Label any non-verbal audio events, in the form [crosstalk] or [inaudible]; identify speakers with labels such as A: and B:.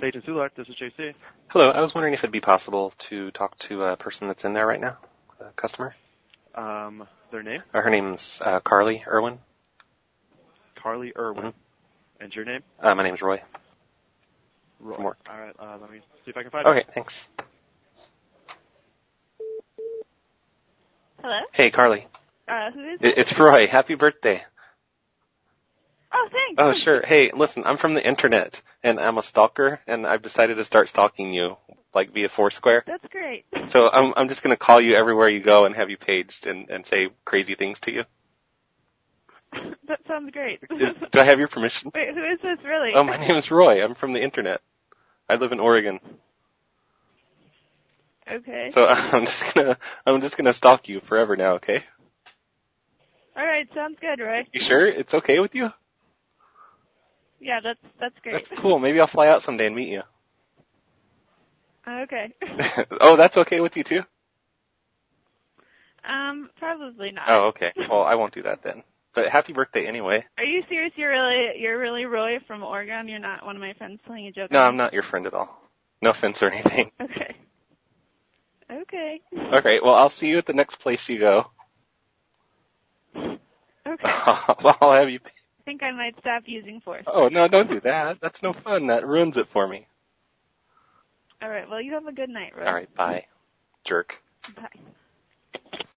A: Page and Sulak. This is JC.
B: Hello, I was wondering if it'd be possible to talk to a person that's in there right now, a customer.
A: Um, their name?
B: Uh, her name's uh, Carly Irwin.
A: Carly Irwin. And your name?
B: Uh, my name's Roy.
A: Roy.
B: From work.
A: All right. Uh, let me see if I can find
B: Okay, thanks.
C: Hello?
B: Hey, Carly.
C: Uh, who is
B: It- It's Roy. Happy birthday.
C: Oh, thanks. [laughs]
B: Oh, sure. Hey, listen, I'm from the internet, and I'm a stalker, and I've decided to start stalking you, like via Foursquare.
C: That's great. [laughs]
B: So I'm I'm just gonna call you everywhere you go and have you paged and, and say crazy things to you.
C: that sounds great. [laughs]
B: Is, do I have your permission?
C: Wait, who is this really?
B: Oh, my name is Roy. I'm from the internet. I live in Oregon.
C: Okay.
B: So [laughs] I'm just gonna I'm just gonna stalk you forever now, okay?
C: All right, sounds good, Roy.
B: You sure it's okay with you?
C: Yeah, that's that's great.
B: That's cool. Maybe I'll fly out someday and meet you. [laughs]
C: [laughs] Okay.
B: oh, that's okay with you too?
C: Um, probably not.
B: Oh, okay. Well, I won't do that then. But happy birthday anyway.
C: Are you serious? You're really you're really Roy from Oregon. You're not one of my friends playing a joke.
B: No,
C: on
B: I'm not your friend at all. No offense or anything. [laughs]
C: me? Okay. Okay.
B: Okay, well, I'll see you at the next place you go. [laughs]
C: Okay. I
B: well, I'll have you.
C: think I might stop using force.
B: Oh no, don't do that. That's no fun. That ruins it for me.
C: All right. Well, you have a good night, Roy.
B: All right, bye, jerk.
C: Bye.